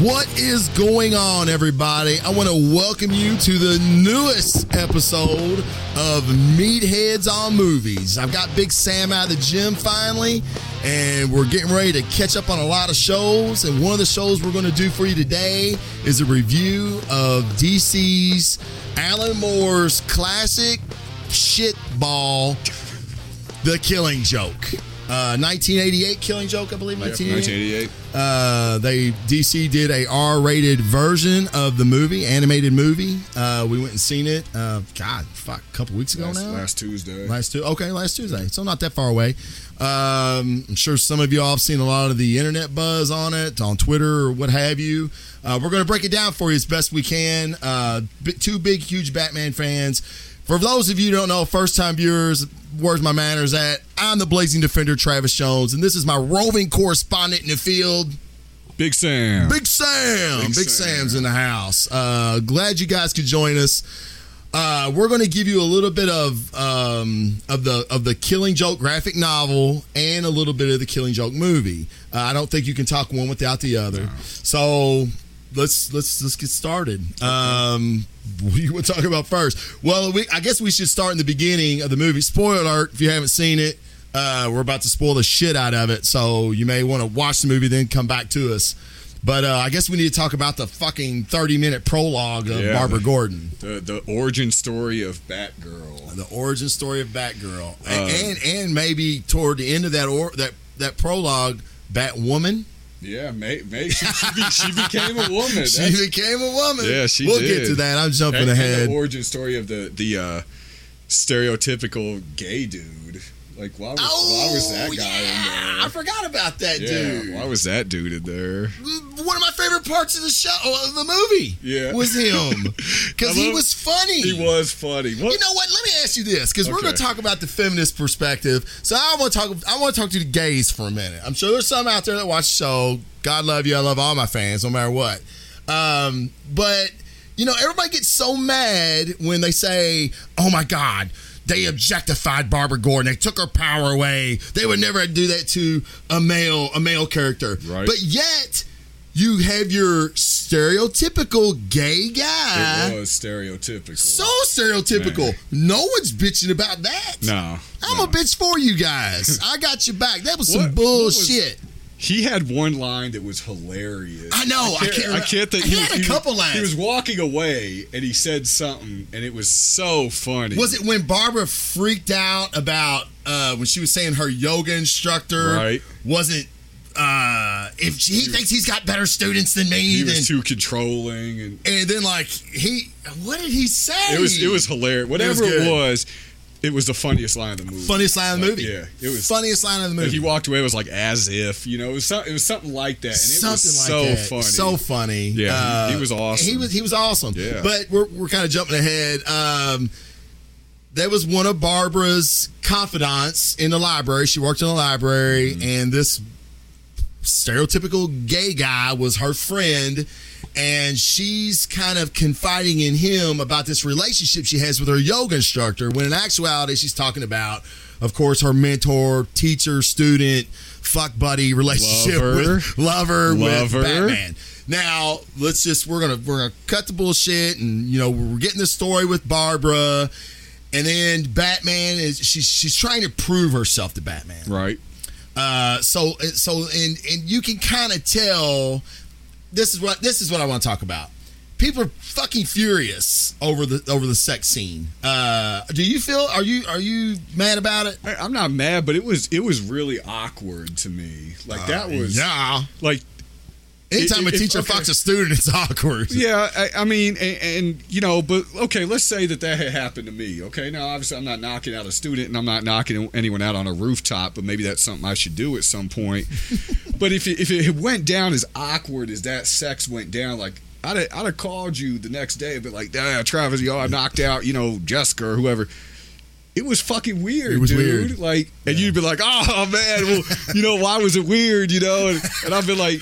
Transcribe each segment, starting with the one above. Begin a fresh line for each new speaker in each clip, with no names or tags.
What is going on, everybody? I want to welcome you to the newest episode of Meatheads on Movies. I've got Big Sam out of the gym finally, and we're getting ready to catch up on a lot of shows. And one of the shows we're going to do for you today is a review of DC's Alan Moore's classic shitball, The Killing Joke. Uh, 1988 Killing Joke, I believe. 1988.
1988.
Uh, they DC did a R-rated version of the movie, animated movie. Uh, we went and seen it. Uh, God, fuck, a couple weeks ago
Last,
now.
last Tuesday.
Last two, okay, last Tuesday, so not that far away. Um, I'm sure some of y'all have seen a lot of the internet buzz on it, on Twitter or what have you. Uh, we're going to break it down for you as best we can. Uh, b- two big, huge Batman fans. For those of you who don't know, first time viewers, where's my manners at? I'm the blazing defender, Travis Jones, and this is my roving correspondent in the field,
Big Sam.
Big Sam. Big,
Big Sam.
Sam's in the house. Uh, glad you guys could join us. Uh, we're going to give you a little bit of um, of the of the Killing Joke graphic novel and a little bit of the Killing Joke movie. Uh, I don't think you can talk one without the other. So let's let's let's get started. Um, what do you want to talk about first? Well, we, I guess we should start in the beginning of the movie. Spoiler alert! If you haven't seen it, uh, we're about to spoil the shit out of it. So you may want to watch the movie then come back to us. But uh, I guess we need to talk about the fucking thirty minute prologue of
Yeah.
Barbara Gordon.
The, the origin story of Batgirl.
the origin story of Batgirl, A-
Uh.
and, and maybe toward the end of that or that that prologue, Batwoman.
Yeah, mate. May, she, she, be, she became a woman.
She
That's-
became a woman.
Yeah, she
We'll get
did.
to that. I'm jumping
that's
ahead.
the origin story of the the uh, stereotypical gay dude. Like why was, why was that
Oh,
guy
yeah, I
in there?
forgot about that
Yeah,
dude.
why was that dude in there?
One of my favorite parts of the show, of the movie,
Yeah.
was him
I
because he
love-
was funny.
He was funny. What?
You know what? Let me ask you this, because we're
Okay.
going to talk about the feminist perspective. So I want to talk. I want to talk to the gays for a minute. I'm sure there's some out there that watch the show. God love you. I love all my fans, no matter what. Um, but you know, everybody gets so mad when they say, "Oh my God." They objectified Barbara Gordon. They took her power away. They would never do that to a male, a male character.
Right.
But yet, you have your stereotypical gay guy
it was stereotypical.
uh, so stereotypical. No one's bitching about that.
no.
I'm
no.
a bitch for you guys. I got your back. That was some
What- what was-
bullshit.
He had one line that was hilarious.
I know, I can't-
I can't think.
he had a couple lines.
He was walking away and he said something, and it was so funny.
was it when Barbara freaked out about uh, when she was saying her yoga instructor
Right.
wasn't uh, if she, he thinks he's got better students than me,
He
then,
was too controlling, and
and then like he, what did he say?
it was it was hilarious. Whatever it was,
good.
it was, the funniest line of the movie.
funniest line of the
Like,
movie.
Yeah, it was.
funniest line of the movie.
He walked away. It was like as if you know. It was, some, it was something like that, and
something
it was
like
so
that.
funny.
So funny. Uh,
Yeah, he- he was awesome.
He was he was awesome.
Yeah.
But we're we're kind of jumping ahead. Um, that was one of Barbara's confidants in the library. She worked in the library,
Mm-hmm.
and this stereotypical gay guy was her friend. And she's kind of confiding in him about this relationship she has with her yoga instructor, when in actuality, she's talking about, of course, her mentor, teacher, student, fuck buddy relationship
Lover.
with lover
Lover.
with Batman. Now let's just we're gonna we're gonna cut the bullshit and you know we're getting the story with Barbara, and then Batman is she's she's trying to prove herself to Batman.
right.
Uh, so so and and you can kind of tell this is what this is what I want to talk about. People are fucking furious over the over the sex scene. Uh, do you feel are you are you mad about it?
I, I'm not
Uh,
mad, but it was it was really awkward to me. Like that was
yeah.
like
Anytime
If-
a
if-
teacher
okay.
fucks a student, it's awkward.
Yeah, I, I mean, and, and you know, but okay, let's say that that had happened to me. Okay, now obviously I'm not knocking out a student, and I'm not knocking anyone out on a rooftop, but maybe that's something I should do at some point. but if it, if it went down as awkward as that sex went down, like. I'd have, I'd have called you the next day and been like, ah, Travis, yo, I knocked out, you know, Jessica or whoever. It was fucking weird,
It was
dude.
weird.
Like, and you'd be like, oh, man, well, you know, why was it weird, you know? And, and I'd be like,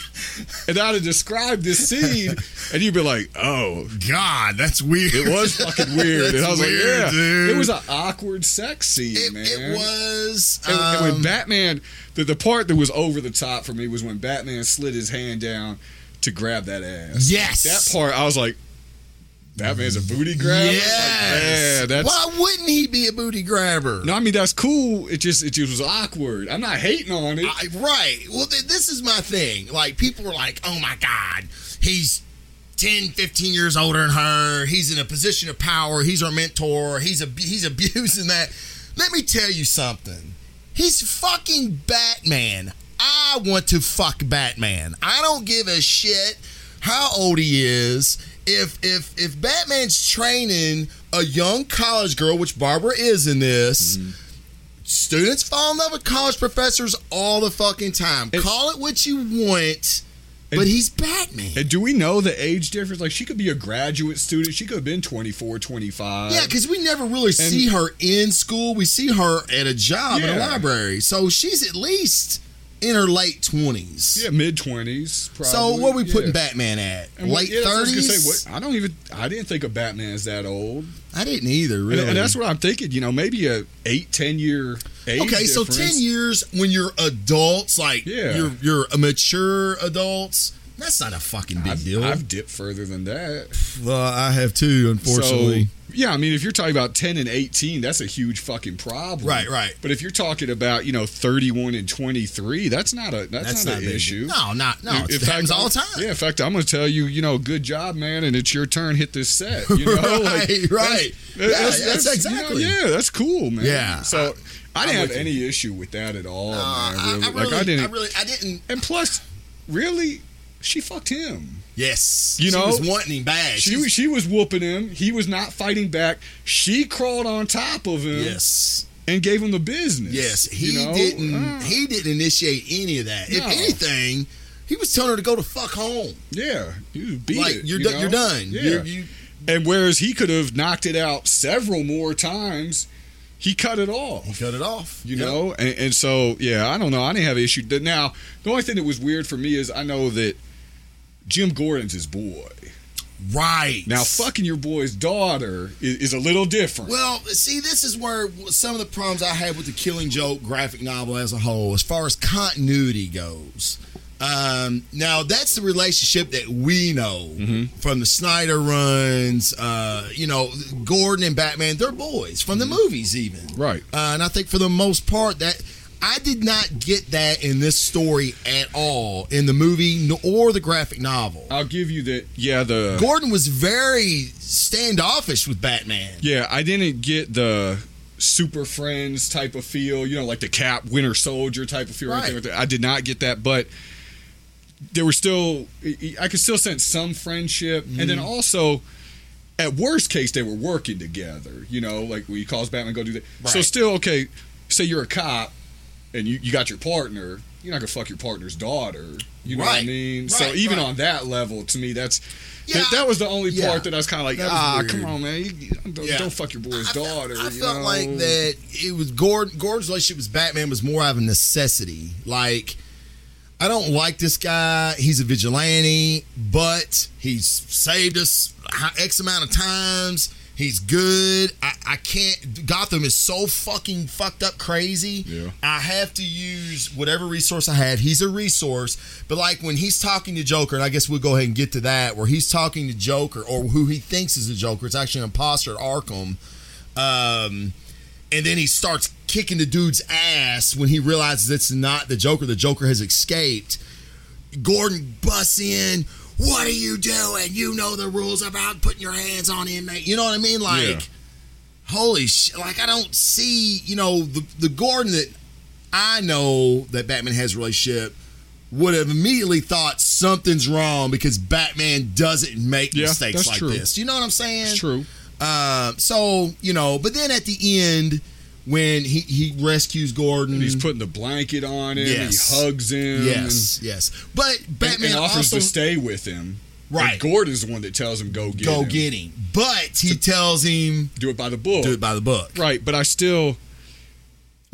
and I'd have described this scene, and you'd be like, oh,
God, that's weird.
it was fucking weird. and I was
weird,
like, yeah,
dude.
it was an awkward sex scene,
It,
man.
it was.
And, and
um,
when Batman, the, the part that was over the top for me was when Batman slid his hand down to grab that ass.
Yes.
That part, I was like, Batman's a booty grab.
Yes.
yeah, that's
Why wouldn't he be a booty grabber?
no. I mean, that's cool. It just, it just was awkward. I'm not hating on it.
I, right. Well, th- this is my thing. Like, people were like, oh my God, he's 10, 15 years older than her. He's in a position of power. He's our mentor. He's, ab- he's abusing that. Let me tell you something. He's fucking Batman. I want to fuck Batman. I don't give a shit how old he is. If if if Batman's training a young college girl, which Barbara is in this, students fall in love with college professors all the fucking time. Call it what you want, but he's Batman.
and do we know the age difference? Like, she could be a graduate student. She could have been 24, 25.
yeah, because we never really see her in school. We see her at a job in a
Yeah.
library. So she's at least in her late 20s.
Yeah, mid twenties.
so what are we putting
yeah.
Batman at?
And what-
late
yeah, that's what I was gonna
30s?
say, what- I don't even. I didn't think of Batman as that old.
I didn't either,
And-
really.
And, that's what I'm thinking. You know, maybe a eight, ten year age.
okay, so
difference.
10 years when you're adults, like
Yeah.
you're, you're a mature adults, that's not a fucking big
I've,
deal.
I've dipped further than that.
Well, I have too,
So, yeah, I mean, if you're talking about 10 and 18, that's a huge fucking problem.
Right, right.
But if you're talking about, you know, 31 and 23, that's not a that's, not, an
big.
issue.
No, not no.
In-
it
in
happens
I'm-
all the time.
Yeah, in fact, I'm going to tell you, you know, good job, man, and it's your turn. Hit this set. You know,
Right, right. Yeah, that's
you know,
exactly.
yeah, Uh, that's cool, man.
Yeah,
So I,
I'm
didn't have
with
any issue with that at all.
Uh, I,
man,
I really,
really. like I didn't.
I really, I didn't.
and plus, really, she fucked him.
Yes,
You
she
know,
was wanting him bad.
She was she was whooping him. He was not fighting back. She crawled on top of him
yes,
and gave him the business.
yes. He
you know?
didn't.
Ah,
he didn't initiate any of that. If
No.
anything, he was telling her to go to fuck home.
yeah, you beat
like
it,
you're
you
done.
know?
You're done.
Yeah.
You're, you,
And whereas he could have knocked it out several more times, he cut it
you
off.
cut it off.
You
Yep.
know, and, and so yeah, I don't know. I didn't have an issue. The- Now the only thing that was weird for me is I know that Jim Gordon's his boy.
right
Now fucking your boy's daughter is, is a little different.
Well, see, this is where some of the problems I have with the Killing Joke graphic novel as a whole, as far as continuity goes. Um, now, that's the relationship that we know
Mm-hmm.
from the Snyder runs. Uh, you know, Gordon and Batman, they're boys from the movies, even.
Mm-hmm. Right.
Uh, and I think for the most part, that I did not get that in this story at all in the movie n- or the graphic novel.
I'll give you that. Yeah, the
Gordon was very standoffish with Batman.
Yeah, I didn't get the super friends type of feel, you know, like the cap winter soldier type of feel or anything
Right.
like that. I did not get that, but there were still I could still sense some friendship. And
Mm-hmm.
then also at worst case they were working together, you know, like when he calls Batman go do that. So
Right.
still okay, say you're a cop and you, you got your partner, you're not gonna fuck your partner's daughter. You know what
Right.
I mean? so
Right,
even
right.
on that level, to me that's
Yeah,
that, that was the only
yeah.
part that I was kind of like,
That was
ah,
weird.
come on, man, you, you- don't,
Yeah.
don't fuck your boy's daughter.
I
you
felt
know?
like that it was Gordon. Gordon's relationship with Batman was more of a necessity. Like, I don't like this guy. He's a vigilante, but he's saved us h- x amount of times. He's good. I, I can't. Gotham is so fucking fucked up crazy.
Yeah.
I have to use whatever resource I have. He's a resource, but like when he's talking to Joker, and I guess we'll go ahead and get to that, where he's talking to Joker or who he thinks is a Joker, it's actually an imposter at Arkham. Um, and then he starts kicking the dude's ass when he realizes it's not the Joker. The Joker has escaped. Gordon busts in. What are you doing? You know the rules about putting your hands on inmate. You know what I mean? Like,
Yeah.
holy shit! Like, I don't see you know the the Gordon that I know that Batman has a relationship would have immediately thought something's wrong because Batman doesn't make
Yeah,
mistakes
that's
like
true.
this. You know what I'm saying?
It's true.
Uh, so you know, but then at the end when he he rescues Gordon,
He's putting the blanket on him.
Yes.
He hugs him.
yes, yes. But
And,
Batman
and offers
also
to stay with him.
Right.
And Gordon's the one that tells him go get
go
him.
get him, but he tells him
Do it by the book.
do it by the book.
right, but I still.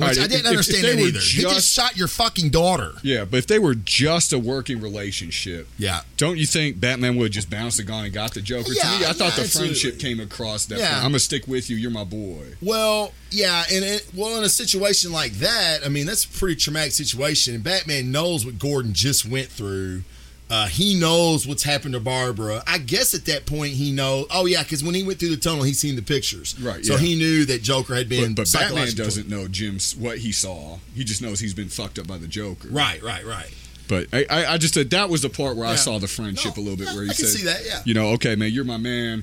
All
Which
right,
I
if-
didn't
if- if
understand
they
that
were
either. he just
just-
shot your fucking daughter.
Yeah, but if they were just a working relationship,
Yeah.
don't you think Batman would have just bounced the gun and got the Joker?
Yeah,
to me, I thought
yeah,
the
absolutely.
friendship came across that.
Yeah.
I'm gonna stick with you. You're my boy.
Well, yeah, and it, well, in a situation like that, I mean, that's a pretty traumatic situation. And Batman knows what Gordon just went through. Uh, he knows what's happened to Barbara. I guess at that point he knows. Oh yeah, because when he went through the tunnel, he seen the pictures.
Right,
So
yeah.
he knew that Joker had been.
But, but Batman
psychologically-
doesn't know Jim's what he saw. He just knows he's been fucked up by the Joker.
Right, right, right.
But I, I, I just said that was the part where I
Yeah.
saw the friendship
No,
a little bit,
yeah,
where he
I can
said,
see that, yeah.
you know, okay, man, you're my man.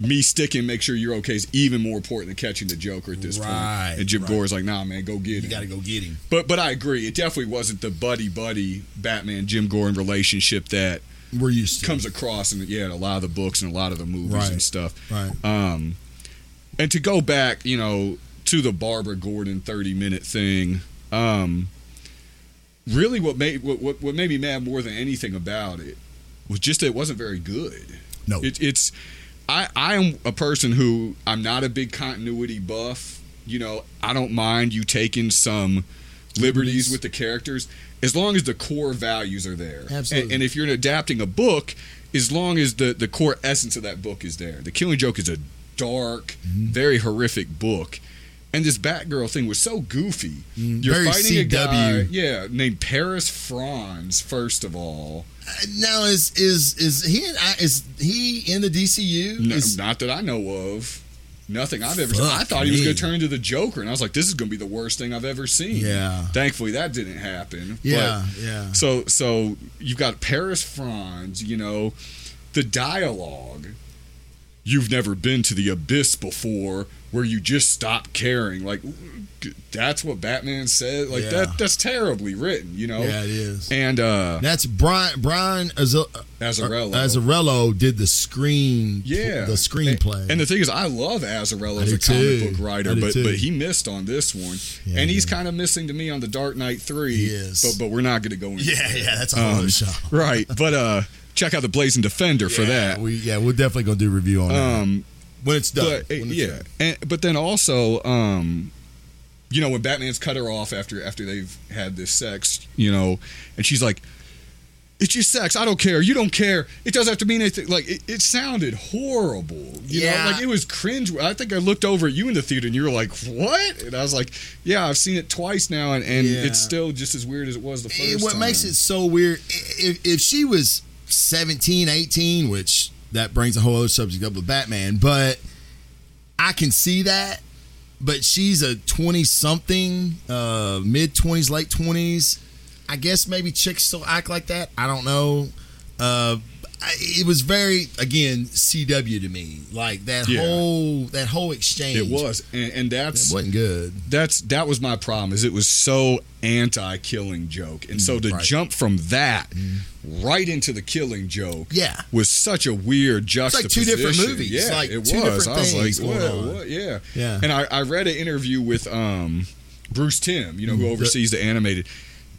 Me sticking, make sure you're okay is even more important than catching the Joker at this
Right,
point. And Jim
right.
Gore's like, nah, man, go get
You
him.
got to go get him.
But but I agree, it definitely wasn't the buddy buddy Batman Jim Gordon relationship that
We're used to.
comes across in yeah in a lot of the books and a lot of the movies
Right.
and stuff.
Right.
Um, and to go back, you know, to the Barbara Gordon thirty minute thing. Um, really, what made what, what what made me mad more than anything about it was just that it wasn't very good.
No.
It, it's I I am a person who I'm not a big continuity buff. You know, I don't mind you taking some liberties with the characters as long as the core values are there.
Absolutely.
And, and if you're adapting a book, as long as the the core essence of that book is there. The Killing Joke is a dark,
Mm-hmm.
very horrific book. And this Batgirl thing was so goofy. You're
Mm-hmm. very
fighting a
CW.
guy, yeah, named Paris Franz. First of all,
uh, now is is is he in, I- is he in the DCU?
No,
Is-
not that I know of. Nothing I've ever.
Fuck
I thought he was
me.
going to turn into the Joker, and I was like, "This is going to be the worst thing I've ever seen."
Yeah.
Thankfully, that didn't happen. But-
yeah, yeah.
So, so you've got Paris Franz. You know, the dialogue. You've never been to the abyss before, where you just stop caring. Like, that's what Batman said. Like
Yeah.
that. That's terribly written. You know.
Yeah, it is.
And uh,
That's Brian Brian Azul-
Azarello.
Azarello Uh, did the screen.
Yeah,
the screenplay.
And, and the thing is, I love Azarello
I
as
do
a comic
too.
book
I
writer,
do
but
too.
but he missed on this one,
Yeah,
and he's kind of missing to me on the Dark Knight Three.
He is.
but but we're not going to go into
yeah, Oh,
that.
yeah, that's a
Um,
whole other show.
right. But uh, check out the Blazing Defender for that.
we yeah, we're definitely gonna do review on that
um,
when it's done.
but uh,
When it's
yeah,
done.
and, but then also, um, you know, when Batman's cut her off after after they've had this sex, you know, and she's like, "It's just sex. I don't care. You don't care. It doesn't have to mean anything." Like it, it sounded horrible. You
Yeah.
know, like it was cringe. I think I looked over at you in the theater, and you were like, "What?" And I was like, "Yeah, I've seen it twice now, and, and
Yeah.
it's still just as weird as it was the first
And what
time."
makes it so weird i- if, if she was 17 18 which that brings a whole other subject up with batman but i can see that but she's a 20 something uh mid 20s late 20s i guess maybe chicks still act like that i don't know uh I- it was very again cw to me like that
Yeah.
whole that whole exchange
It was, and, and
it
that's
wasn't good
that's that was my problem is it was so anti-killing joke and so to
Mm, right. Mm-hmm.
jump from that right into the killing joke
Yeah.
was such a
like
weird
two
juxtaposition
different movies,
yeah
like
it
two
was
different
i was
things
like
going
what,
on.
what? yeah
Yeah.
and I, I read an interview with um bruce tim you know
Mm,
who oversees the animated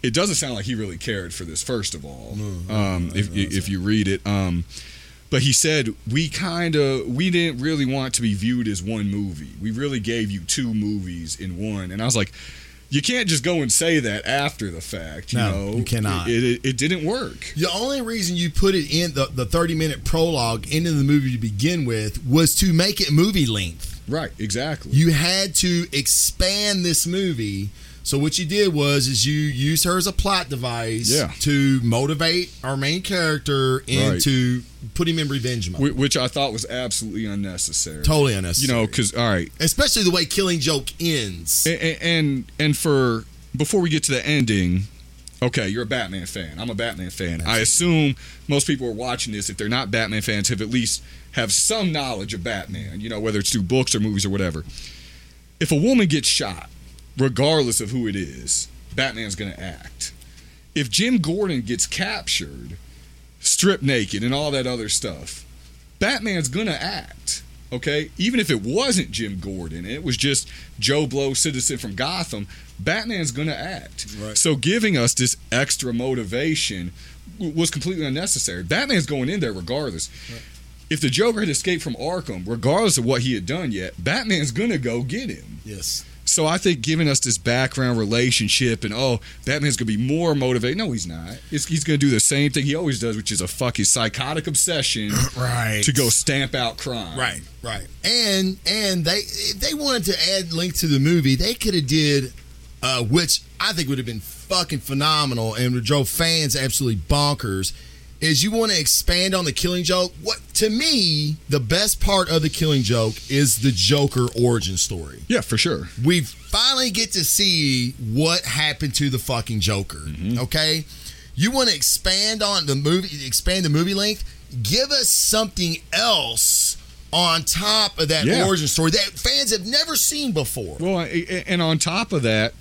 it doesn't sound like he really cared for this first of all
Mm,
um if, if you read it um but he said we kind of we didn't really want to be viewed as one movie we really gave you two movies in one and i was like you can't just go and say that after the fact you
No,
know
you cannot.
it, it, it didn't work
The only reason you put it in the, the 30 minute prologue into the movie to begin with was to make it movie length.
right exactly
You had to expand this movie. So what you did was is you used her as a plot device
Yeah.
to motivate our main character into put him in revenge mode.
Wh- which i thought was absolutely unnecessary
totally
you
unnecessary.
know because all right
especially the way Killing Joke ends.
and, and and for before we get to the ending okay you're a batman fan i'm a batman fan i assume most people are watching this if they're not batman fans have at least have some knowledge of batman you know whether it's through books or movies or whatever if a woman gets shot regardless of who it is batman's gonna act if Jim Gordon gets captured, stripped naked, and all that other stuff, Batman's gonna act. Okay, even if it wasn't Jim Gordon, it was just Joe Blow, citizen from Gotham. Batman's gonna act.
Right.
So giving us this extra motivation w- was completely unnecessary. Batman's going in there regardless. If the Joker had escaped from Arkham, regardless of what he had done yet, Batman's gonna go get him.
Yes.
So I think giving us this background relationship and oh, Batman's gonna be more motivated. No, he's not. It's, he's gonna do the same thing he always does, which is a fucking psychotic obsession
Right.
to go stamp out crime.
Right, right. And and they if they wanted to add Link to the movie, they could have did uh, which I think would have been fucking phenomenal and would drove fans absolutely bonkers. Is you want to expand on the killing joke? What to me, the best part of the killing joke is the Joker origin story
Yeah, for sure.
we finally get to see what happened to the fucking Joker.
Mm-hmm.
Okay, you want to expand on the movie, expand the movie length. Give us something else on top of that
Yeah.
origin story that fans have never seen before.
Well, a- a- and on top of that,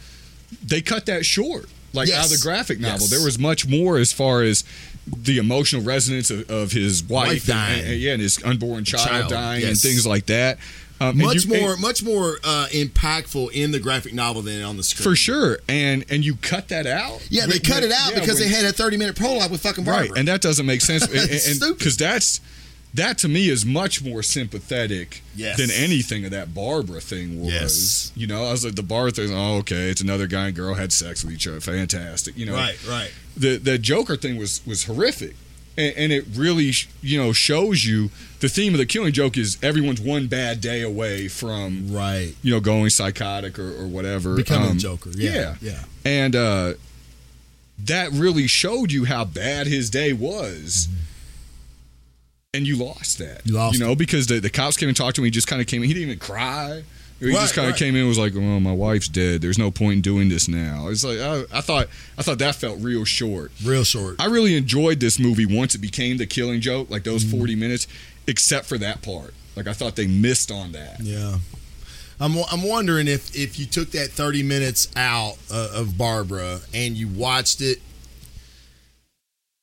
they cut that short. Like
Yes.
out of the graphic novel,
Yes.
there was much more as far as the emotional resonance of, of his wife,
Wife
and-
dying.
and- yeah, and his unborn child,
Child,
dying, and
yes.
things like that. Um, and
much
you-
more, much more uh, impactful in the graphic novel than on the screen.
for sure. And and you cut that out.
Yeah, they
When-
cut it
when-
out
yeah,
because
when-
they had a thirty-minute prologue with fucking Barbara.
Right, and that doesn't make sense.
It's stupid.
Because that's that to me is much more sympathetic
Yes.
than anything of that Barbara thing was.
Yes.
You know, I was like the Barbara thing. Oh, okay, it's another guy and girl had sex with each other. Fantastic. You know,
right, right.
the the Joker thing was was horrific, and, and it really sh- you know shows you the theme of the Killing Joke is everyone's one bad day away from
Right.
you know going psychotic or, or whatever
Becoming
Um,
the Joker. Yeah. Yeah.
and uh, that really showed you how bad his day was. And you lost that.
Mm-hmm. You lost
You know, because the, the cops came and talked to him. He just kind of came in. He didn't even cry. He
Right,
just kind of
right.
came in and was like, "Well, my wife's dead. There's no point in doing this now." It's like I, I thought. I thought that felt real short.
Real short.
I really enjoyed this movie once it became the Killing Joke, like those
Mm-hmm.
40 minutes, except for that part. Like I thought they missed on that.
Yeah. I'm, I'm wondering if, if you took that 30 minutes out uh, of Barbara and you watched it.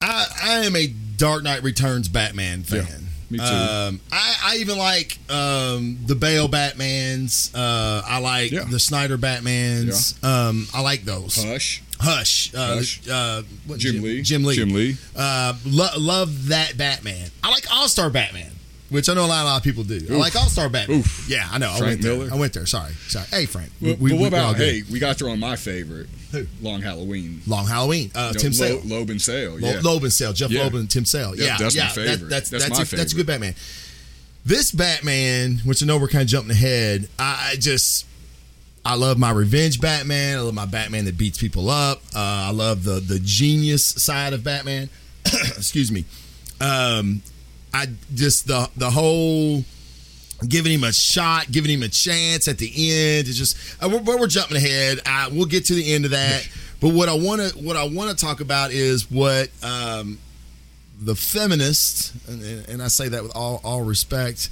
I, I am a Dark Knight Returns Batman fan.
me too.
Um, I, I even like um, the Bale Batmans. Uh, I like
Yeah.
the Snyder Batmans. Um, I like those.
Hush.
Hush. Uh,
Hush.
Uh, what,
Jim Lee.
Jim Lee.
Jim Lee.
Uh, lo- love that Batman. I like All Star Batman, which I know a lot, a lot of people do. I like All Star Batman.
Oof.
Yeah, I know. I
Frank
went there.
Miller.
I went there. Sorry. Sorry. Hey, Frank.
Well, but what
we're all
about
good.
hey? We got through on my favorite, Long Halloween.
Long Halloween? Uh,
No,
Tim
Lo-
Sale.
Loeb and Sale.
Lo-
yeah.
Loeb and Sale. Jeff
Yeah.
Loeb and Tim Sale.
Yeah,
Yeah,
that's my
yeah,
favorite.
that's
That's
that's
my
a, that's a
favorite.
good Batman. This Batman, which I know we're kind of jumping ahead, I, I just I love my revenge Batman. I love my Batman that beats people up. Uh, I love the the genius side of Batman. Excuse me. Um, I just the the whole giving him a shot, giving him a chance at the end. It's just uh, we're, but we're jumping ahead. I, we'll get to the end of that. But what I want to what I want to talk about is what um, the feminists, and, and, and I say that with all all respect,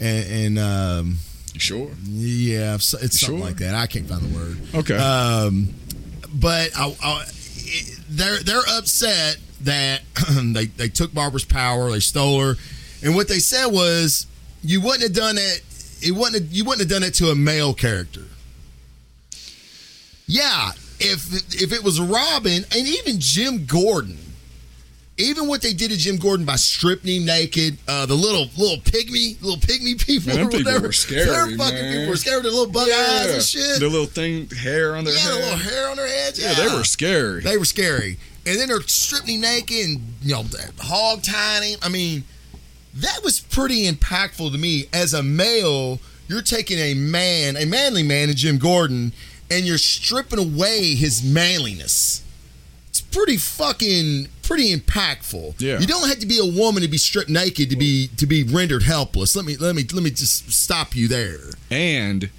and, and um,
You sure?
yeah, it's something
Sure. Oh,
like that. I can't find the word.
Okay.
Um, but I, I, it- they're they're upset that they they took Barbara's power, they stole her, and what they said was you wouldn't have done it. It wouldn't have, you wouldn't have done it to a male character. Yeah, if if it was Robin and even Jim Gordon, even what they did to Jim Gordon by stripping him naked, uh, the little little pygmy little pygmy people
Man, them
or
people
whatever,
were scary,
they're fucking
man.
people were scared of the little bug eyes and shit.
The little thing, hair on their
yeah,
head.
the little hair on their heads.
Yeah,
Yeah,
they were scary.
they were scary. And then they're stripping him naked and you know hog tying him. I mean, that was pretty impactful to me as a male. You're taking a man, a manly man, in Jim Gordon, and you're stripping away his manliness. It's pretty fucking pretty impactful.
Yeah.
You don't have to be a woman to be stripped naked to be to be rendered helpless. Let me let me let me just stop you there.
and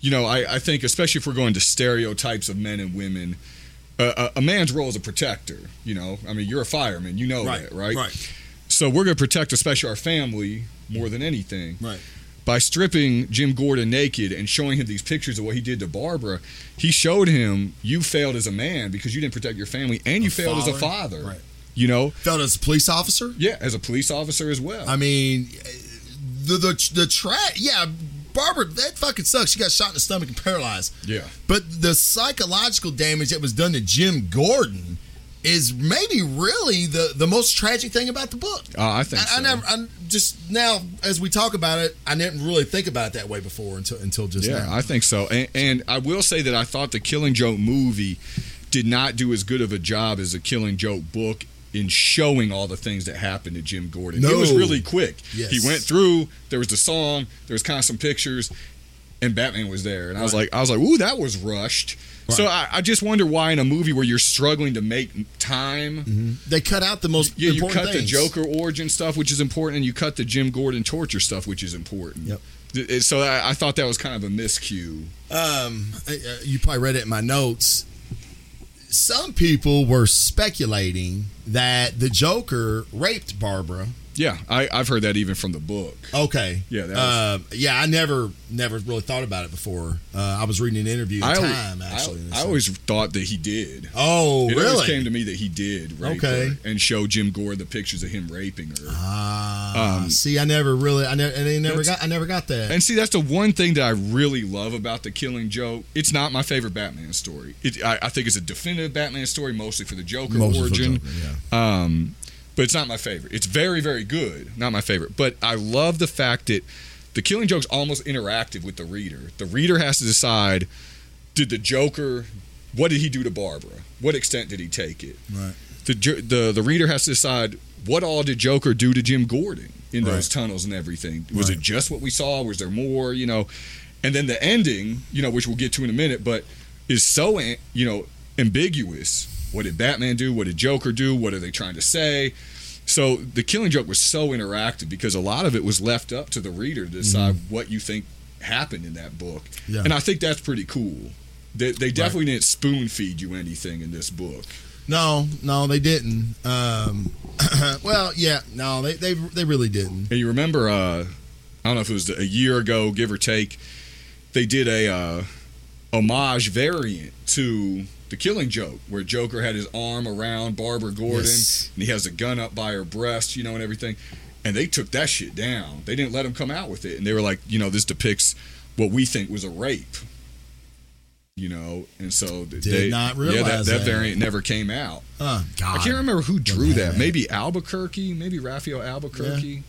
you know, I, I think especially if we're going to stereotypes of men and women, uh, a, a man's role is a protector. You know, I mean, you're a fireman. You know that, right? So we're going to protect, especially our family, more than anything.
Right.
by stripping Jim Gordon naked and showing him these pictures of what he did to Barbara, he showed him you failed as a man because you didn't protect your family and you failed as a
father.
father.
Right.
You know,
Felt as a police officer.
yeah, as a police officer as well.
I mean, the the the track. Yeah, Barbara, that fucking sucks. She got shot in the stomach and paralyzed.
Yeah.
But the psychological damage that was done to Jim Gordon is maybe really the the most tragic thing about the book.
Oh, I think
I, I
so.
never. I just now as we talk about it, I didn't really think about it that way before until until just
Yeah,
now.
I think so. And, and I will say that I thought the Killing Joke movie did not do as good of a job as the Killing Joke book in showing all the things that happened to Jim Gordon. It was
No.
really quick.
Yes.
He went through. There was the song. There was kind of some pictures, and Batman was there. And I was like, I was like, ooh, that was rushed. So I, I just wonder why in a movie where you're struggling to make time,
they cut out the most
yeah, you
Mm-hmm. important
cut the
things.
Joker origin stuff, which is important, and you cut the Jim Gordon torture stuff, which is important.
Yep.
Th- it- So I, I thought that was kind of a miscue.
um, uh, uh, you probably read it in my notes. Some people were speculating that the Joker raped Barbara.
Yeah, I, I've heard that even from the book.
Okay.
Yeah, that was-
Um yeah. I never, never really thought about it before. Uh, I was reading an interview. in
I, always-
time actually.
I, I always thought that he did.
Oh,
it always
really?
came to me that he did rape
Okay.
her and show Jim Gore the pictures of him raping her.
Ah, see, I never really, I never, and I never
Um, That's-
got, I never got that.
And see, that's the one thing that I really love about the Killing Joke. It's not my favorite Batman story. It, I, I think it's a definitive Batman story, mostly for the Joker
Mostly for
origin.
Joker, yeah.
Um, but it's not my favorite. It's very, very good. Not my favorite. But I love the fact that the Killing Joke's almost interactive with the reader. The reader has to decide did the Joker, what did he do to Barbara? What extent did he take it?
Right.
The, Jo- the, the reader has to decide what all did Joker do to Jim Gordon in those
Right.
tunnels and everything? Was
Right.
it just what we saw? Was there more? You know, and then the ending, you know, which we'll get to in a minute, but is so eh, you know ambiguous. What did Batman do? What did Joker do? What are they trying to say? So the Killing Joke was so interactive because a lot of it was left up to the reader to decide what you think happened in that book,
Mm-hmm. Yeah.
and I think that's pretty cool. They, they definitely didn't spoon feed you anything in this book.
no, no, they didn't. Um, well, yeah, no, they, they, they really didn't.
And you remember, uh, I don't know if it was a year ago, give or take, they did a uh, homage variant to the Killing Joke, where Joker had his arm around Barbara Gordon
Yes.
and he has a gun up by her breast, you know, and everything. And they took that shit down. They didn't let him come out with it, and they were like, you know, this depicts what we think was a rape. You know, and so did
not
yeah,
realize
that, that
that.
variant never came out.
Uh, God,
I can't remember who drew
had
that.
that.
Maybe Albuquerque, maybe Raphael Albuquerque.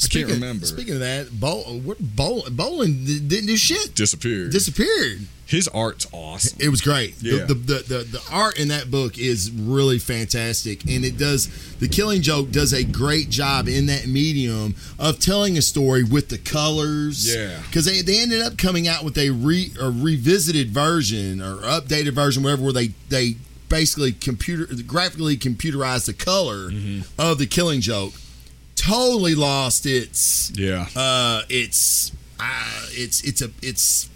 Speaking,
remember.
Speaking of that, bowl, what bowl, bowling di- didn't do shit.
disappeared.
Disappeared.
His art's awesome.
It was great.
Yeah.
The, the, the, the, the art in that book is really fantastic. And it does, The Killing Joke does a great job in that medium of telling a story with the colors.
Yeah.
Because they, they ended up coming out with a, re, a revisited version or updated version, whatever, where they, they basically computer graphically computerized the color
Mm-hmm.
of The Killing Joke. Totally lost its
Yeah.
uh, it's uh, it's it's a it's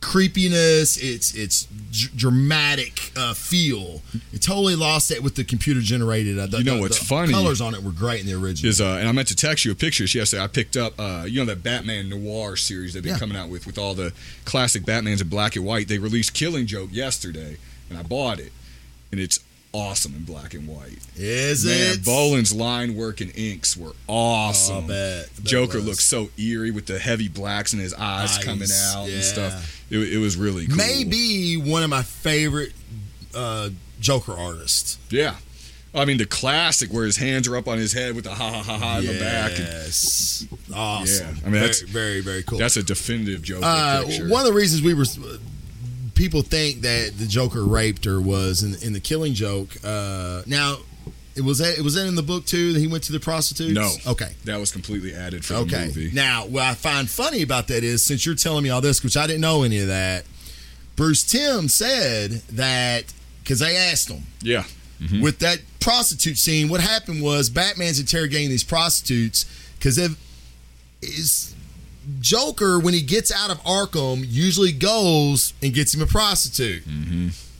creepiness. It's it's d- dramatic uh, feel. It totally lost that with the computer generated. Uh, the,
You know
the-
what's
the
funny?
Colors on it were great in the original.
Is uh, and I meant to text you a picture yesterday. I picked up uh, you know that Batman Noir series they've been
Yeah.
coming out with with all the classic Batmans in black and white. They released Killing Joke yesterday, and I bought it, and it's awesome in black and white.
Is
Man,
it
Boland's line work and inks were
Oh, I
awesome.
bet. I bet it
Joker
was.
looks so eerie with the heavy blacks and his eyes
Eyes,
coming out
yeah.
and stuff. It, it was really cool.
Maybe one of my favorite uh, Joker artists.
yeah. I mean the classic where his hands are up on his head with the ha ha ha ha in the back. and-
Yes. Awesome.
Yeah. I mean,
very,
that's-
very very cool.
That's a definitive Joker
Uh,
picture.
one of the reasons we were people think that the Joker raped her was in, in the Killing Joke. Uh, now, it was that it was that in the book too that he went to the prostitutes.
no.
okay.
That was completely added for the
Okay.
movie.
Now, what I find funny about that is since you're telling me all this, which I didn't know any of that, Bruce Tim said that because they asked him,
yeah.
with that prostitute scene, what happened was Batman's interrogating these prostitutes because if is Joker when he gets out of Arkham usually goes and gets
Mm-hmm.
him a prostitute.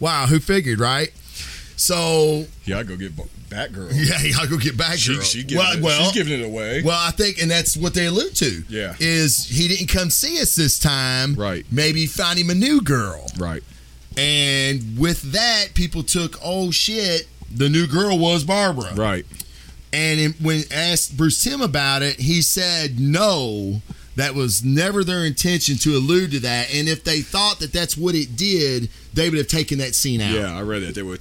Wow, who figured, right? So
Yeah, I go get Bar- Batgirl.
Yeah, y'all go get back.
She,
girl.
she giving
well,
it,
well,
she's giving it away.
Well, I think, and that's what they allude to.
Yeah.
is he didn't come see us this time.
Right.
Maybe find him a new girl.
right.
And with that, people took, oh shit, the new girl was Barbara.
Right.
And in, when asked Bruce Tim about it, he said no. That was never their intention to allude to that. And if they thought that that's what it did, they would have taken that scene out.
Yeah, I read it. They were.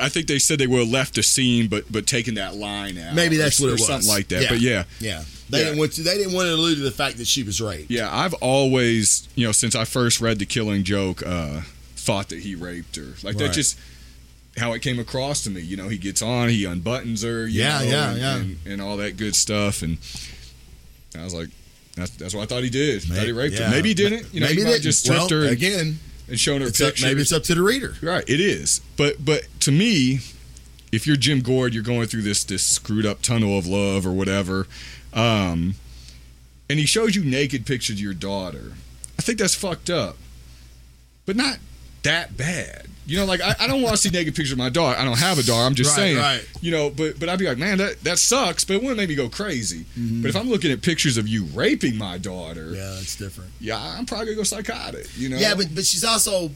I think they said they were left the scene, but but taking that line out.
Maybe
or-
that's what
or
it was.
Something like that.
Yeah.
But yeah,
Yeah. They
Yeah.
didn't want to. They didn't want to allude to the fact that she was raped.
yeah. I've always, you know, since I first read the Killing Joke, uh, thought that he raped her. Like
Right.
that's just how it came across to me. You know, he gets on, he unbuttons her. you
Yeah,
know,
yeah,
and,
yeah.
And, and all that good stuff. And I was like. That's, that's what I thought he did. Thought he raped
Yeah.
her. Maybe he didn't. You know,
Maybe he
he might have
didn't.
just stripped
Well,
her and,
again.
and shown her
It's up,
pictures.
maybe it's up to the reader.
Right, it is. But but to me, if you're Jim Gord, you're going through this this screwed up tunnel of love or whatever, um, and he shows you naked pictures of your daughter. I think that's fucked up, but not that bad. You know, like I, I don't want to see naked pictures of my daughter. I don't have a daughter. I'm just
Right,
saying.
right.
You know, but but I'd be like, man, that that sucks. But it wouldn't make me go crazy. But if I'm looking at pictures of you raping my daughter, yeah,
Mm-hmm. Yeah, that's different.
I'm probably gonna go psychotic. You know.
Yeah, but but she's also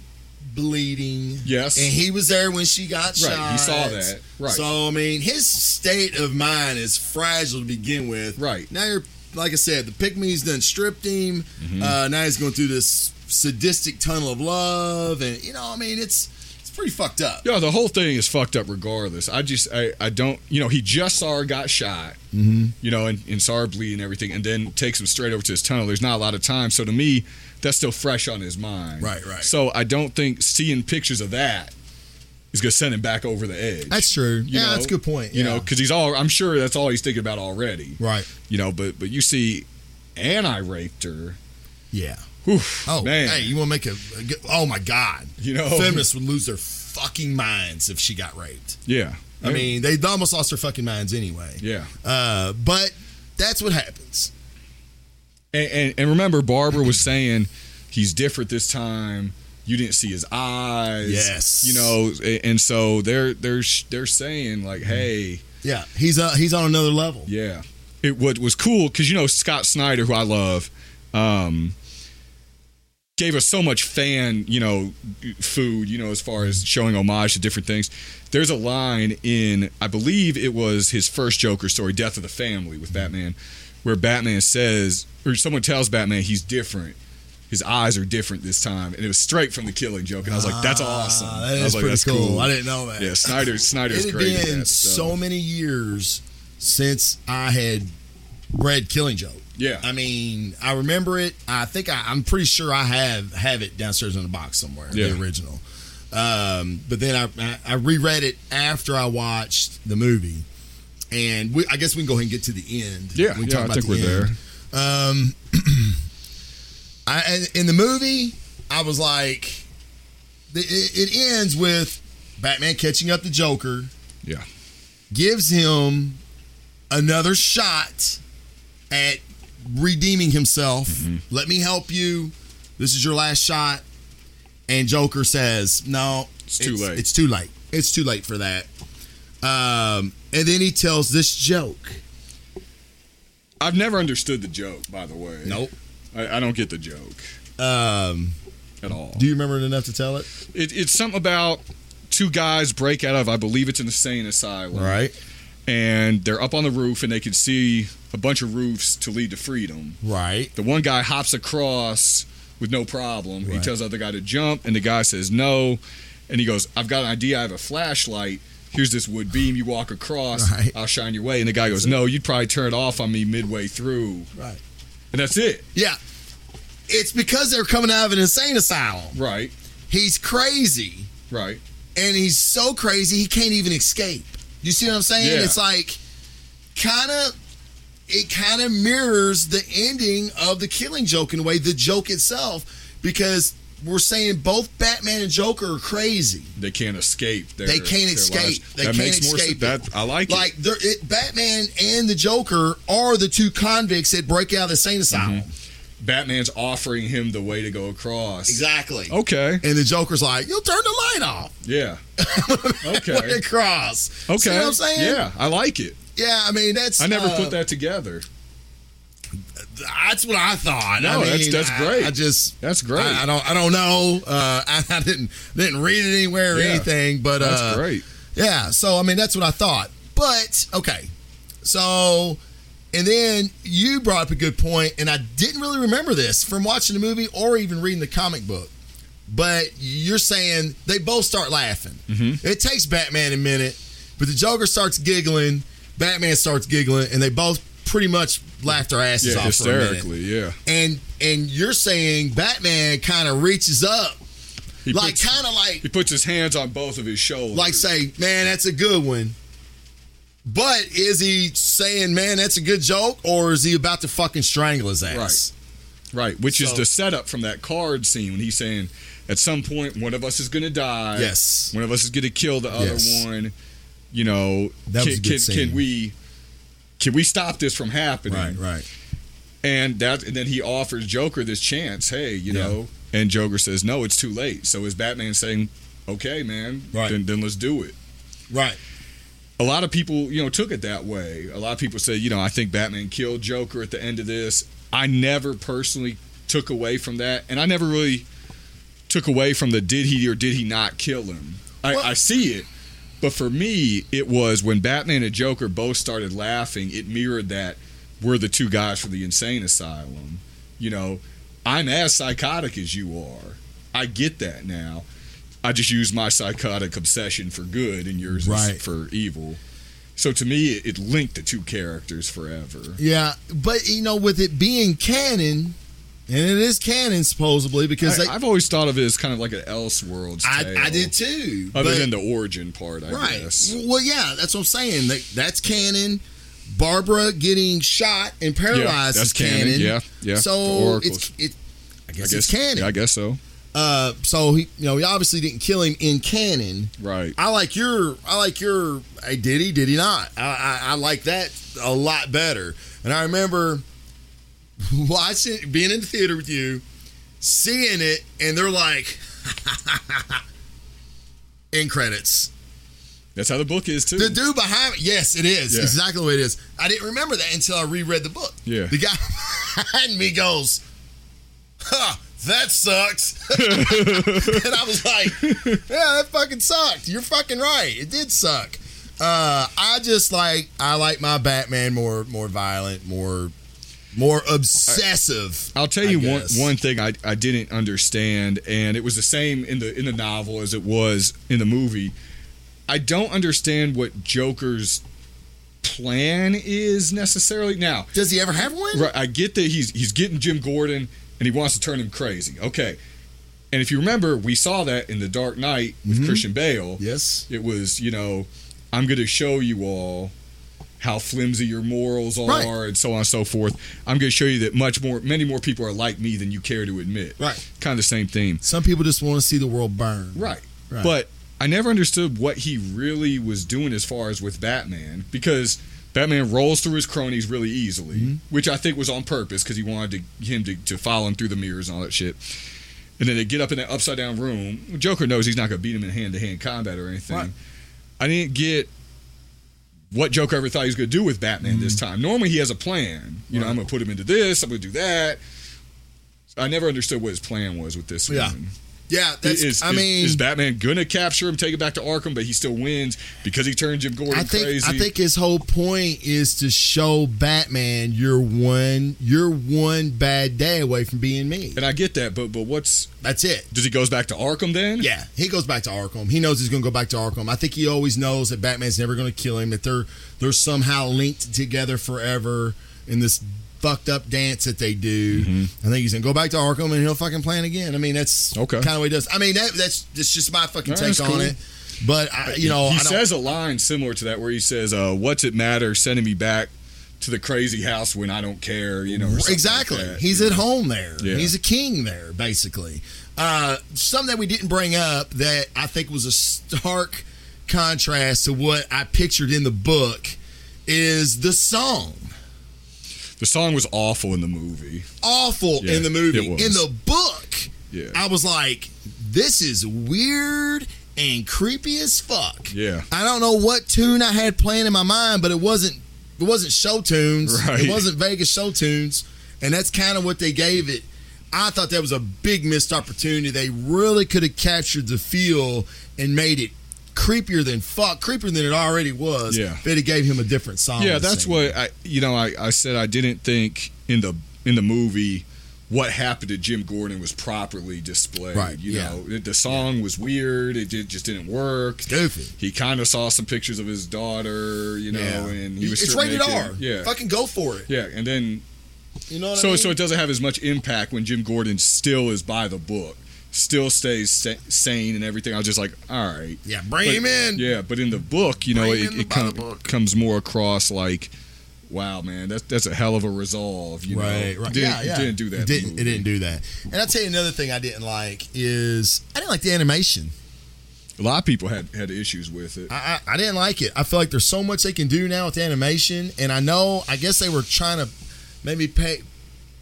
bleeding.
Yes.
and he was there when she got shot.
Right, he saw that. Right.
So I mean, his state of mind is fragile to begin with.
Right.
now you're like I said, the pygmies done stripped him.
Mm-hmm.
Uh, now he's going through this sadistic tunnel of love, and you know, I mean, it's it's pretty fucked up.
Yeah, the whole thing is fucked up regardless. I just, I, I don't, you know, he just saw her got shot,
Mm-hmm.
you know, and, and saw her bleed and everything, and then takes him straight over to his tunnel. There's not a lot of time. So to me, that's still fresh on his mind.
Right, right.
So I don't think seeing pictures of that is going to send him back over the edge.
true.
you know? You know, because he's all, I'm sure that's all he's thinking about already.
right.
You know, but, but you see, and I raped her.
Yeah.
Whew,
Oh,
man.
hey, you want to make a, a good- Oh my God!
You know?
feminists would lose their fucking minds if she got raped.
yeah.
I mean, they almost lost their fucking minds anyway.
yeah.
Uh, but that's what happens.
And, and, and remember, Barbara was saying he's different this time. You didn't see his eyes.
Yes.
You know, a- and so they're they're sh- they're saying like, hey,
Yeah, he's uh, he's on another level.
yeah. It what was cool because you know Scott Snyder, who I love, um, gave us so much fan you know food. You know, as far as showing homage to different things. There's a line in I believe it was his first Joker story, Death of the Family, with Batman, where Batman says or someone tells Batman he's different. His eyes are different this time, and it was straight from the Killing Joke, and I was like, "That's awesome."
Ah,
I
that is
was like,
pretty
"That's
cool. I didn't know that.
Yeah, Snyder. Snyder's
It had
great. at
been
that,
so many years since I had read Killing Joke.
Yeah.
I mean, I remember it. I think I, I'm pretty sure I have have it downstairs in a box somewhere.
Yeah.
The original. Um, but then I, I I reread it after I watched the movie, and we, I guess we can go ahead and get to the end.
Yeah,
we can
yeah,
talk
I
about
think
the
we're there.
end. Um, I and in the movie, I was like, the- it, it ends with Batman catching up the Joker,
yeah.
gives him another shot at redeeming himself.
Mm-hmm.
Let me help you. This is your last shot. And Joker says, "No,
It's too late.
It's too late. It's too late for that." Um, and then he tells this joke.
I've never understood the joke, by the way.
Nope.
I, I don't get the joke
Um,
at all.
do you remember it enough to tell it?
It, it's something about two guys break out of, I believe it's an insane asylum. And they're up on the roof and they can see a bunch of roofs to lead to freedom.
Right.
The one guy hops across with no problem. He
Right.
tells the other guy to jump, and the guy says no. And he goes, I've got an idea. I have a flashlight. Here's this wood beam. You walk across.
Right.
I'll shine your way. And the guy goes, No, you'd probably turn it off on me midway through.
Right.
And that's it.
Yeah. It's because they're coming out of an insane asylum.
Right.
He's crazy,
Right.
and he's so crazy he can't even escape. You see what I'm saying?
Yeah.
It's like kind of it kind of mirrors the ending of the Killing Joke in a way, the joke itself, because we're saying both Batman and Joker are crazy.
they can't escape. Their,
They can't
their
escape.
lives.
They
that
can't
makes more
escape
sense.
it.
That, I like,
Like
it.
they're-
Mm-hmm.
it, Batman and the Joker are the two convicts that break out of the sane asylum.
Batman's offering him the way to go across.
Exactly.
Okay.
And the Joker's like, "You'll turn the light off."
Yeah.
Way
Okay.
across.
Okay.
See what I'm saying?
Yeah, I like it.
Yeah, I mean that's.
I never
uh,
put that together.
That's what I thought.
No,
I
that's-
mean,
that's
I-
great.
I, just
That's great.
I, I don't I don't know. Uh, I, I didn't didn't read it anywhere or
Yeah.
anything, but
That's
uh,
great.
Yeah, so I mean that's what I thought. But okay. So and then you brought up a good point and I didn't really remember this from watching the movie or even reading the comic book. But you're saying they both start laughing.
Mm-hmm.
It takes Batman a minute, but the Joker starts giggling, Batman starts giggling and they both pretty much laugh their asses
Yeah,
off for a minute.
hysterically. Yeah.
And and you're saying Batman kind of reaches up
He
like
puts-
kind of like
He puts his hands on both of his shoulders.
like say, man, that's a good one. But is he saying, man, that's a good joke, or is he about to fucking strangle his ass?
Right, which is
So-
the setup from that card scene when he's saying, at some point, one of us is going to die.
Yes.
One of us is going to kill the other
Yes.
one. You know,
That
can,
was a good
can,
scene.
can we can we stop this from happening?
right.
And that, and then he offers Joker this chance. Hey, you
Yeah.
know, and Joker says, no, it's too late. So is Batman saying, okay, man,
Right.
then then let's do it.
Right.
a lot of people, you know, took it that way. A lot of people say, you know, I think Batman killed Joker at the end of this. I never personally took away from that, and I never really took away from the did he or did he not kill him. I,
Well-
I see it, but for me, it was when Batman and Joker both started laughing. It mirrored that we're the two guys from the insane asylum. You know, I'm as psychotic as you are. I get that now. I just use my psychotic obsession for good and yours
Right.
is for evil. So to me, it, it linked the two characters forever.
Yeah, but you know, with it being canon, and it is canon supposedly because
I,
they,
have always thought of it as kind of like an Elseworlds
I,
tale.
I did too.
Other
but-
than the origin part, I
right.
guess.
Well, yeah, that's what I'm saying. That, that's canon. Barbara getting shot and paralyzed
Yeah, that's
is
canon.
canon.
Yeah, yeah, the
So
oracles.
it's it. I guess,
I guess
it's canon.
yeah, I guess so.
Uh, so he, you know, he obviously didn't kill him in canon.
Right.
I like your, I like your. I did he? Did he not? I, I, I like that a lot better. And I remember watching, being in the theater with you, seeing it, and they're like, in credits.
That's how the book is too.
The dude behind, yes, it is
Yeah.
exactly what it is. I didn't remember that until I reread the book.
Yeah.
the guy behind me goes, "Huh, that sucks," and I was like, "Yeah, that fucking sucked. You're fucking right. It did suck." Uh, I just like I like my Batman more more violent, more more obsessive.
I'll tell
I
you one,
guess.
one thing I, I didn't understand, and it was the same in the in the novel as it was in the movie. I don't understand what Joker's plan is necessarily. Now,
Does he ever have one?
Right, I get that he's he's getting Jim Gordon and he wants to turn him crazy. Okay. And if you remember, we saw that in The Dark Knight with
Mm-hmm.
Christian Bale.
Yes.
It was, you know, I'm going to show you all how flimsy your morals are
Right.
and so on and so forth. I'm going to show you that much more many more people are like me than you care to admit.
Right.
Kind of the same theme.
Some people just want to see the world burn.
Right.
Right.
But I never understood what he really was doing as far as with Batman because Batman rolls through his cronies really easily,
Mm-hmm.
which I think was on purpose because he wanted to, him to, to follow him through the mirrors and all that shit. And then they get up in that upside down room. Joker knows he's not going to beat him in hand to hand combat or anything.
Right.
I didn't get what Joker ever thought he was going to do with Batman this
Mm-hmm.
time. Normally he has a plan. You know, I'm going to put him into this, I'm going to do that. I never understood what his plan was with this
Yeah.
one
Yeah, that's.
is,
I
is-
mean,
is Batman gonna capture him, take it back to Arkham, but he still wins because he turned Jim Gordon
I think
crazy.
I think his whole point is to show Batman you're one you're one bad day away from being me.
and I get that, but but what's
That's it.
does he goes back to Arkham then?
Yeah, he goes back to Arkham. He knows he's going to go back to Arkham. I think he always knows that Batman's never going to kill him. That they're they're somehow linked together forever in this fucked up dance that they do. I think he's going to go back to Arkham and he'll fucking plan again. I mean, that's
Mm-hmm. Okay.
kind of what he does. I mean, that, that's that's just my fucking
Yeah,
take
that's
on
cool.
it. But I, you know,
he,
I don't,
says a line similar to that where he says, uh, "What's it matter sending me back to the crazy house when I don't care?" You know, or something like
Exactly.
that.
He's at home there.
Yeah.
He's a king there, basically. Uh, something that we didn't bring up that I think was a stark contrast to what I pictured in the book is the song.
The song was awful in the movie.
awful
Yeah,
in the movie.
it was.
In the book,
Yeah.
I was like, this is weird and creepy as fuck.
Yeah.
I don't know what tune I had playing in my mind, but it wasn't it wasn't show tunes.
Right.
It wasn't Vegas show tunes. And that's kind of what they gave it. I thought that was a big missed opportunity. They really could have captured the feel and made it creepier than fuck, creepier than it already was.
Yeah.
But it gave him a different song.
yeah,
to
that's
sing.
what I you know, I, I said I didn't think in the in the movie what happened to Jim Gordon was properly displayed.
Right,
You
yeah.
know, the song was weird. It did, just didn't work.
goofy.
He kind of saw some pictures of his daughter, you know, and he was
it's
stripped
rated
naked.
R.
Yeah,
Fucking go for it.
yeah, and then
You know what
so
I mean?
so it doesn't have as much impact when Jim Gordon still is by the book, still stays sa- sane and everything. I was just like, all right,
yeah, bring
But-
him in.
Yeah, but in the book, you know,
Bring
it,
in the
it come-
Bible book.
comes more across like, wow, man, that's that's a hell of a resolve. You
right,
know,
right.
Didn't,
yeah, yeah.
didn't do that.
It
in
didn't,
the
it
movie.
didn't do that. And I'll tell you another thing I didn't like is I didn't like the animation.
A lot of people had had issues with it.
I, I, I didn't like it. I feel like there's so much they can do now with animation, and I know I guess they were trying to maybe pay,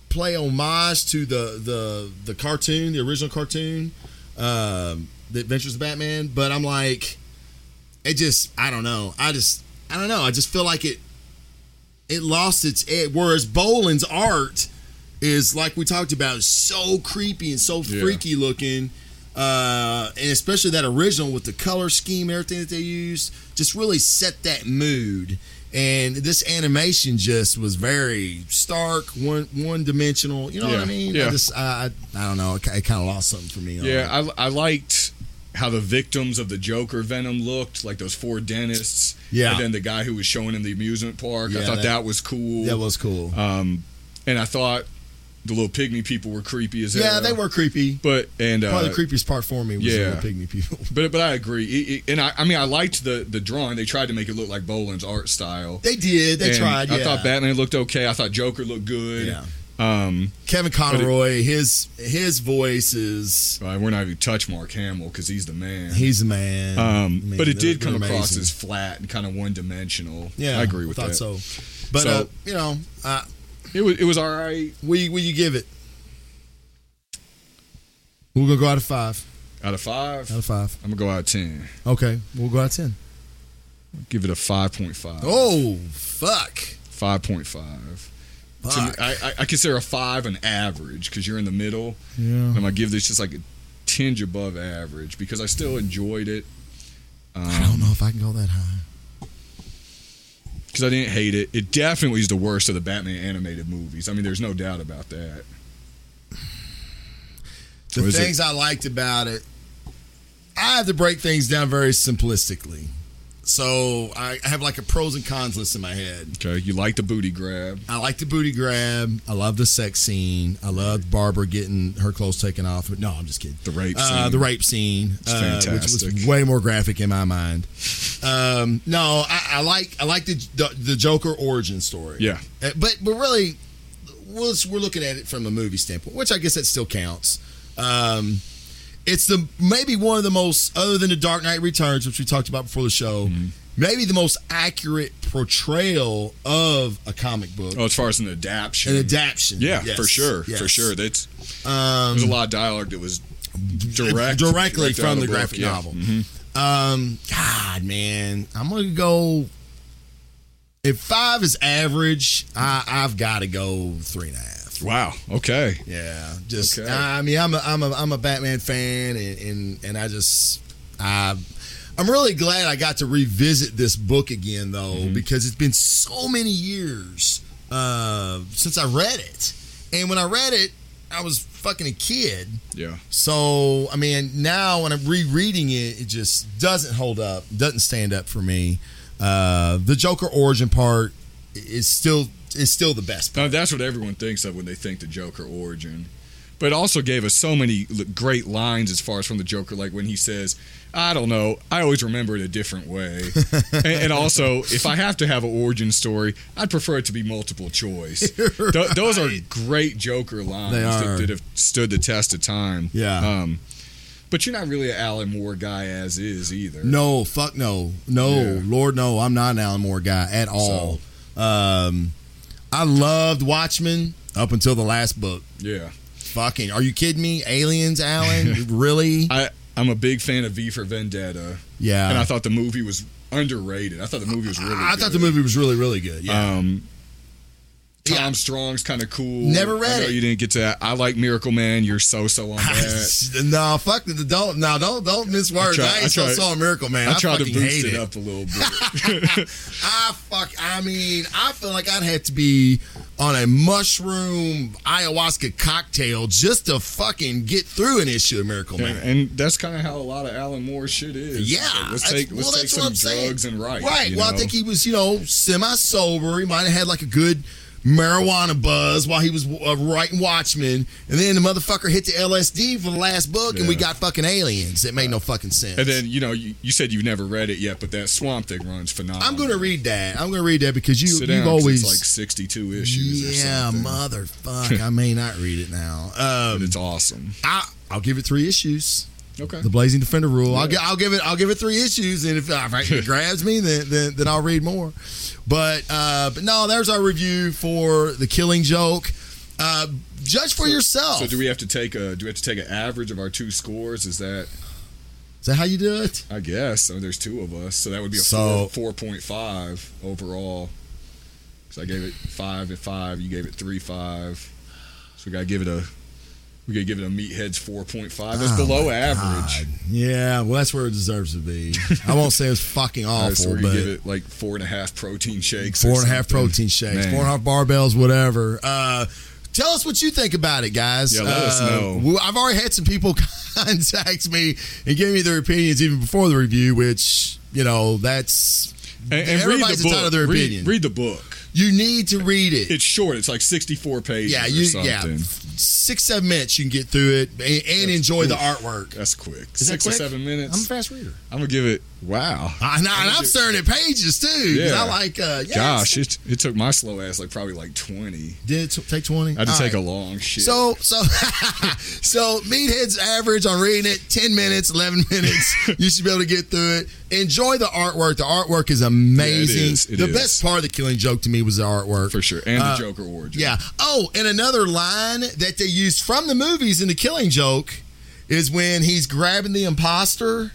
play homage to the the the cartoon, the original cartoon, um, The Adventures of Batman. But I'm like, it just I don't know. I just I don't know. I just feel like it it lost its edge. Whereas Boland's art is like we talked about, is so creepy and so
Yeah.
freaky looking. Uh, and especially that original with the color scheme, and everything that they used, just really set that mood. And this animation just was very stark, one one dimensional. You know what I
Yeah,
mean? I
yeah.
just I, I I don't know. It, kind of lost something for me. on it.
yeah, I, I liked how the victims of the Joker venom looked, like those four dentists.
Yeah.
and then the guy who was showing in the amusement park. I
Yeah,
thought
that-
that, was cool.
that was cool.
Um, and I thought the little pygmy people were creepy as
yeah,
hell.
they were creepy.
But and uh,
Probably the creepiest part for me was
yeah.
the pygmy people.
But but I agree, It- it- and I, I mean I liked the the drawing. They tried to make it look like Boland's art style.
They did. They
And
tried. Yeah.
I thought Batman looked okay. I thought Joker looked good.
Yeah.
Um,
Kevin Conroy, his his voice is
uh, we're not even touch Mark Hamill because he's the man.
he's the man.
um,
I mean,
but it
they're-
did come
they're
across
amazing.
as flat and kind of one dimensional.
yeah.
I agree with
thought
that.
So, but
So-
uh, you know, uh,
It was it was all right
what you- what you give it? We're gonna go out of five.
out of five.
Out of five.
I'm gonna go out of ten.
Okay, we'll go out of ten.
Give it a five point five.
Oh fuck!
Five point five. To me,
Fuck.
I, I, I consider a five an average because you're in the middle.
Yeah.
I'm gonna give this just like a tinge above average because I still enjoyed it um,
I don't know if I can go that high.
because I didn't hate it. It definitely is the worst of the Batman animated movies. I mean, there's no doubt about that. Or
The
is it-
things I liked about it, I have to break things down very simplistically. So I I have like a pros and cons list in my head.
Okay, you like the booty grab?
I like the booty grab. I love the sex scene. I love Barbara getting her clothes taken off. But no, I'm just kidding.
The rape
Uh,
scene.
the rape scene, uh, which was
fantastic.
way more graphic in my mind. Um, no, I, I like I like the, the the Joker origin story.
Yeah.
Uh, but but really, we're, we're looking at it from a movie standpoint, which I guess that still counts. Um, it's the maybe one of the most other than the Dark Knight Returns, which we talked about before the show.
Mm-hmm.
Maybe the most accurate portrayal of a comic book
Oh, as far as an adaptation.
an adaptation.
Yeah,
Yes.
for sure,
Yes.
for sure. That's
Um,
there's a lot of dialogue that was direct,
Mm-hmm. directly
direct out
from
of
the,
book,
graphic
yeah. Mm-hmm.
novel. Um, God, man, I'm gonna go. If five is average, I, I've got to go three and a half.
Wow. Okay.
Yeah, just
Okay.
I mean, I'm a I'm a I'm a Batman fan, and and, and I just I. I'm really glad I got to revisit this book again, though, because it's been so many years uh, since I read it. And when I read it, I was fucking a kid.
Yeah.
So I mean, now when I'm rereading it, it just doesn't hold up, doesn't stand up for me. Uh, the Joker origin part is still is still the best. Part.
Now, that's what everyone thinks of when they think the Joker origin. But it also gave us so many l- great lines as far as from the Joker, like when he says, "I don't know, I always remember it a different way." and, and also, if I have to have an origin story, I'd prefer it to be multiple choice. Th- those are great Joker lines
They
that-
are.
That, have stood the test of time.
Yeah.
Um, but you're not really an Alan Moore guy as is either.
No, fuck no, no,
Yeah.
Lord no, I'm not an Alan Moore guy at all. Um, I loved Watchmen up until the last book.
Yeah.
Fucking, are you kidding me? Aliens, Alan? really?
I I'm a big fan of V for Vendetta.
Yeah.
And I thought the movie was underrated. I thought the movie was really.
I thought
good.
the movie was really, really good. Yeah.
Um, Tom Strong's kind of cool.
Never read
I know
it.
You didn't get to that. I like Miracle Man. You're so so on that.
no, fuck the don't no don't don't miss words. I,
tried-
ain't
I
so
tried-
saw a miracle man. I,
I tried to
fucking hate
boost
it.
it up a little bit.
I fuck. I mean, I feel like I'd have to be on a mushroom ayahuasca cocktail just to fucking get through an issue of Miracle
and,
Man.
and that's kind of how a lot of Alan Moore shit is.
Yeah,
Like, let's
that's-
take let's
well,
take
that's
some
what I'm saying.
drugs and write.
Right.
you
Well, I
know?
think he was, you know, semi sober. He might have had like a good marijuana buzz while he was uh, writing Watchmen, and then the motherfucker hit the LSD for the last book, and we
Yeah.
got fucking aliens. It made no fucking sense.
And then you know you, you said you've never read it yet, but that Swamp Thing runs phenomenal.
I'm gonna read that. I'm gonna read that because you
Sit down,
you've
'cause
always
it's like 62 issues.
yeah,
or something.
motherfuck. I may not read it now. Um,
But it's awesome.
I I'll give it three issues.
Okay.
The Blazing Defender rule. I'll, gi- I'll give it. I'll give it three issues, and if, if it grabs me, then, then then I'll read more. But uh, but no, there's our review for the Killing Joke. Uh, judge for yourself.
So do we have to take a do we have to take an average of our two scores? Is that
Is that how you do it?
I guess I mean, there's two of us, so that would be a
So-
four point five overall. Because I gave it five at five, you gave it three five, so we gotta give it a we gotta give it a meatheads four point five.
Oh
That's below average.
Yeah, well, that's where it deserves to be. I won't say it's fucking
All right, so
awful,
we
but
give it like four and a half protein shakes. or
four and a half
something.
protein shakes,
Man.
four and a half barbells, whatever. Uh, tell us what you think about it, guys.
Yeah, let us
Uh,
know.
we- I've already had some people contact me and give me their opinions even before the review, which you know that's
And, and read
everybody's
the book.
entitled to their
read,
opinion.
read the book.
you need to read it.
It's short. It's like sixty four pages.
yeah,
or
you yeah,
something.
six seven minutes you can get through it and, and enjoy the artwork.
That's quick.
Is that
Six
quick?
or seven
I'm a
minutes. I'm,
fast reader.
gonna give it. Wow.
I, know, and I'm staring at pages too. 'cause
Yeah.
I like. Uh, yeah,
Gosh, it, it took my slow ass like probably like twenty.
did it take twenty.
I had to
All
take
right.
a long shit.
So so so Meathead's average on reading it, ten minutes, eleven minutes. you should be able to get through it. Enjoy the artwork. The artwork is amazing.
is. It
the
is.
best part of the killing joke to me was the artwork.
for sure, and the
Uh,
Joker origin.
Yeah. Oh, and another line that they used from the movies in the killing joke is when he's grabbing the imposter.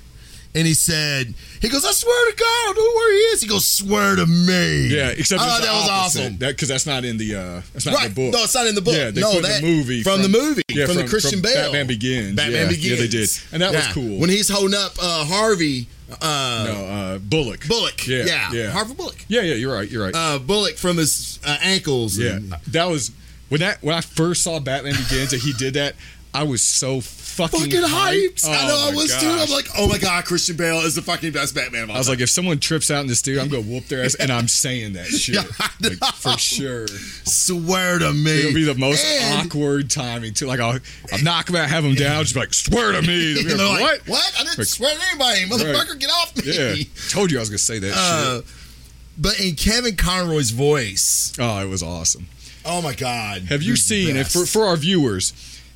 And he said, he goes, I swear to God, I don't know where he is. He goes, swear to me.
yeah. Except
I
it's
thought
the
Oh, that was
opposite.
awesome.
That because that's not in the uh, that's not in the book.
No, it's not in the book.
Yeah, they
no,
put
that
the movie
from, the movie
yeah,
from, the Christian Bale.
Batman Begins.
Batman
yeah,
Begins.
Yeah, they did, and that was
Yeah.
cool.
When he's holding up uh, Harvey uh,
no, uh, Bullock.
Bullock.
Yeah,
yeah,
yeah.
Harvey Bullock.
Yeah, yeah. You're right. You're right.
Uh, Bullock from his uh, ankles.
yeah,
and-
that was when that when I first saw Batman Begins and he did that. I was so fucking
Fucking hyped!
hyped.
I
Oh
know I
my
was too. I'm
gosh.
like, oh my god, Christian Bale is the fucking best Batman of all
I was like, if someone trips out in this theater, I'm gonna whoop their ass, and I'm saying that shit
Yeah, I
Like, for sure.
swear to me,
It'll be the most
And-
awkward timing too. Like I'll, I'll knock them out, have them down, just be like, swear to me. They'll
And
be
they're
like,
like,
what?
what? I didn't swear to anybody, motherfucker. Get off me!
Yeah, told you I was gonna say that
Uh,
shit.
but in Kevin Conroy's voice,
Oh, it was awesome.
Oh my God!
Have you
You're
seen
the
it
best.
for for our viewers?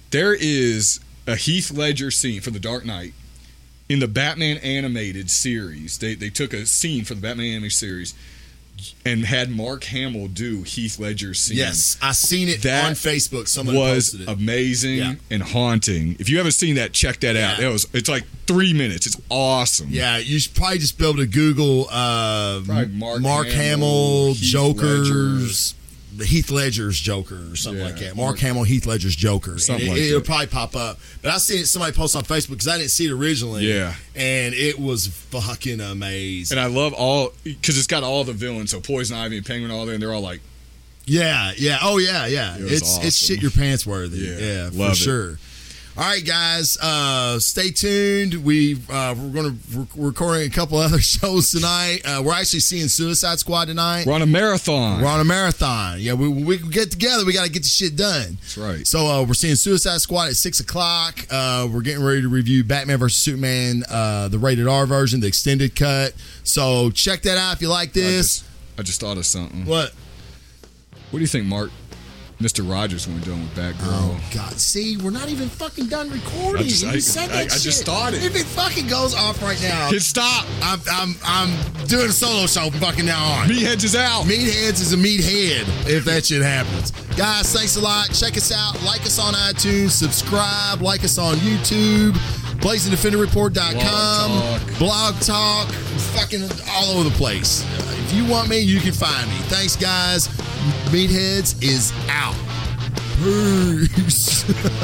There is a Heath Ledger scene for The Dark Knight in the Batman animated series. They they took a scene from the Batman animated series and had Mark Hamill do Heath Ledger's scene.
Yes, I seen it
That
on Facebook. Someone
was
posted it.
amazing
Yeah.
and haunting. If you haven't seen that, check that out.
Yeah.
It was it's like three minutes. It's awesome.
yeah, you should probably just be able to Google uh,
Probably
Mark,
Mark
Hamill,
Hamill, Heath
Joker's. Heath Ledger's Joker or something
Yeah.
like that. Mark Hamill, Heath Ledger's Joker. And
Something
it,
like
will
that.
probably pop up. But I seen it somebody post on Facebook because I didn't see it originally.
Yeah.
And it was fucking amazing.
And I love all because it's got all the villains. So Poison Ivy and Penguin, all there, and they're all like,
Yeah, yeah. Oh yeah, yeah.
It was
it's it's
awesome.
shit your pants worthy. Yeah,
Yeah,
for
love it.
sure. All right, guys, uh, stay tuned. We uh, we're going to re- recording a couple other shows tonight. Uh, we're actually seeing Suicide Squad tonight.
"We're on a marathon."
We're on a marathon. Yeah, we, we can get together. We got to get the shit done. That's
right.
So uh, we're seeing Suicide Squad at six o'clock. Uh, we're getting ready to review Batman vs Superman, uh, the rated R version, the extended cut. So check that out if you like
I
this.
just, I just thought of something.
What?
What do you think, Mark? Mr. Rogers when we're done with Batgirl.
Oh God! See, we're not even fucking done recording.
I just-
you
I-
said
I-
that
I just
shit.
started.
If it fucking goes off right now,
Kid, stop!
I'm I'm I'm doing a solo show fucking now on.
Me hedges out.
Meatheads is a meathead if that shit happens. Guys, thanks a lot. Check us out. Like us on iTunes. Subscribe. Like us on YouTube. BlazingDefenderReport.com.
Blog talk.
Blog talk. Fucking all over the place. Uh, If you want me, you can find me. Thanks, guys. Meatheads is out. Peace.